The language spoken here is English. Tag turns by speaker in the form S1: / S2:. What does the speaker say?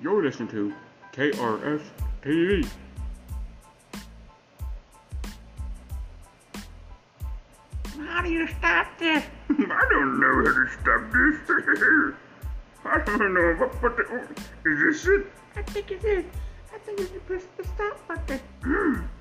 S1: You're listening to KRS TV. How do you stop this? I don't know how to stop this. I don't know if I put the. oh, Is this it?
S2: I think it is. I think if you press the stop button,
S1: Hmm.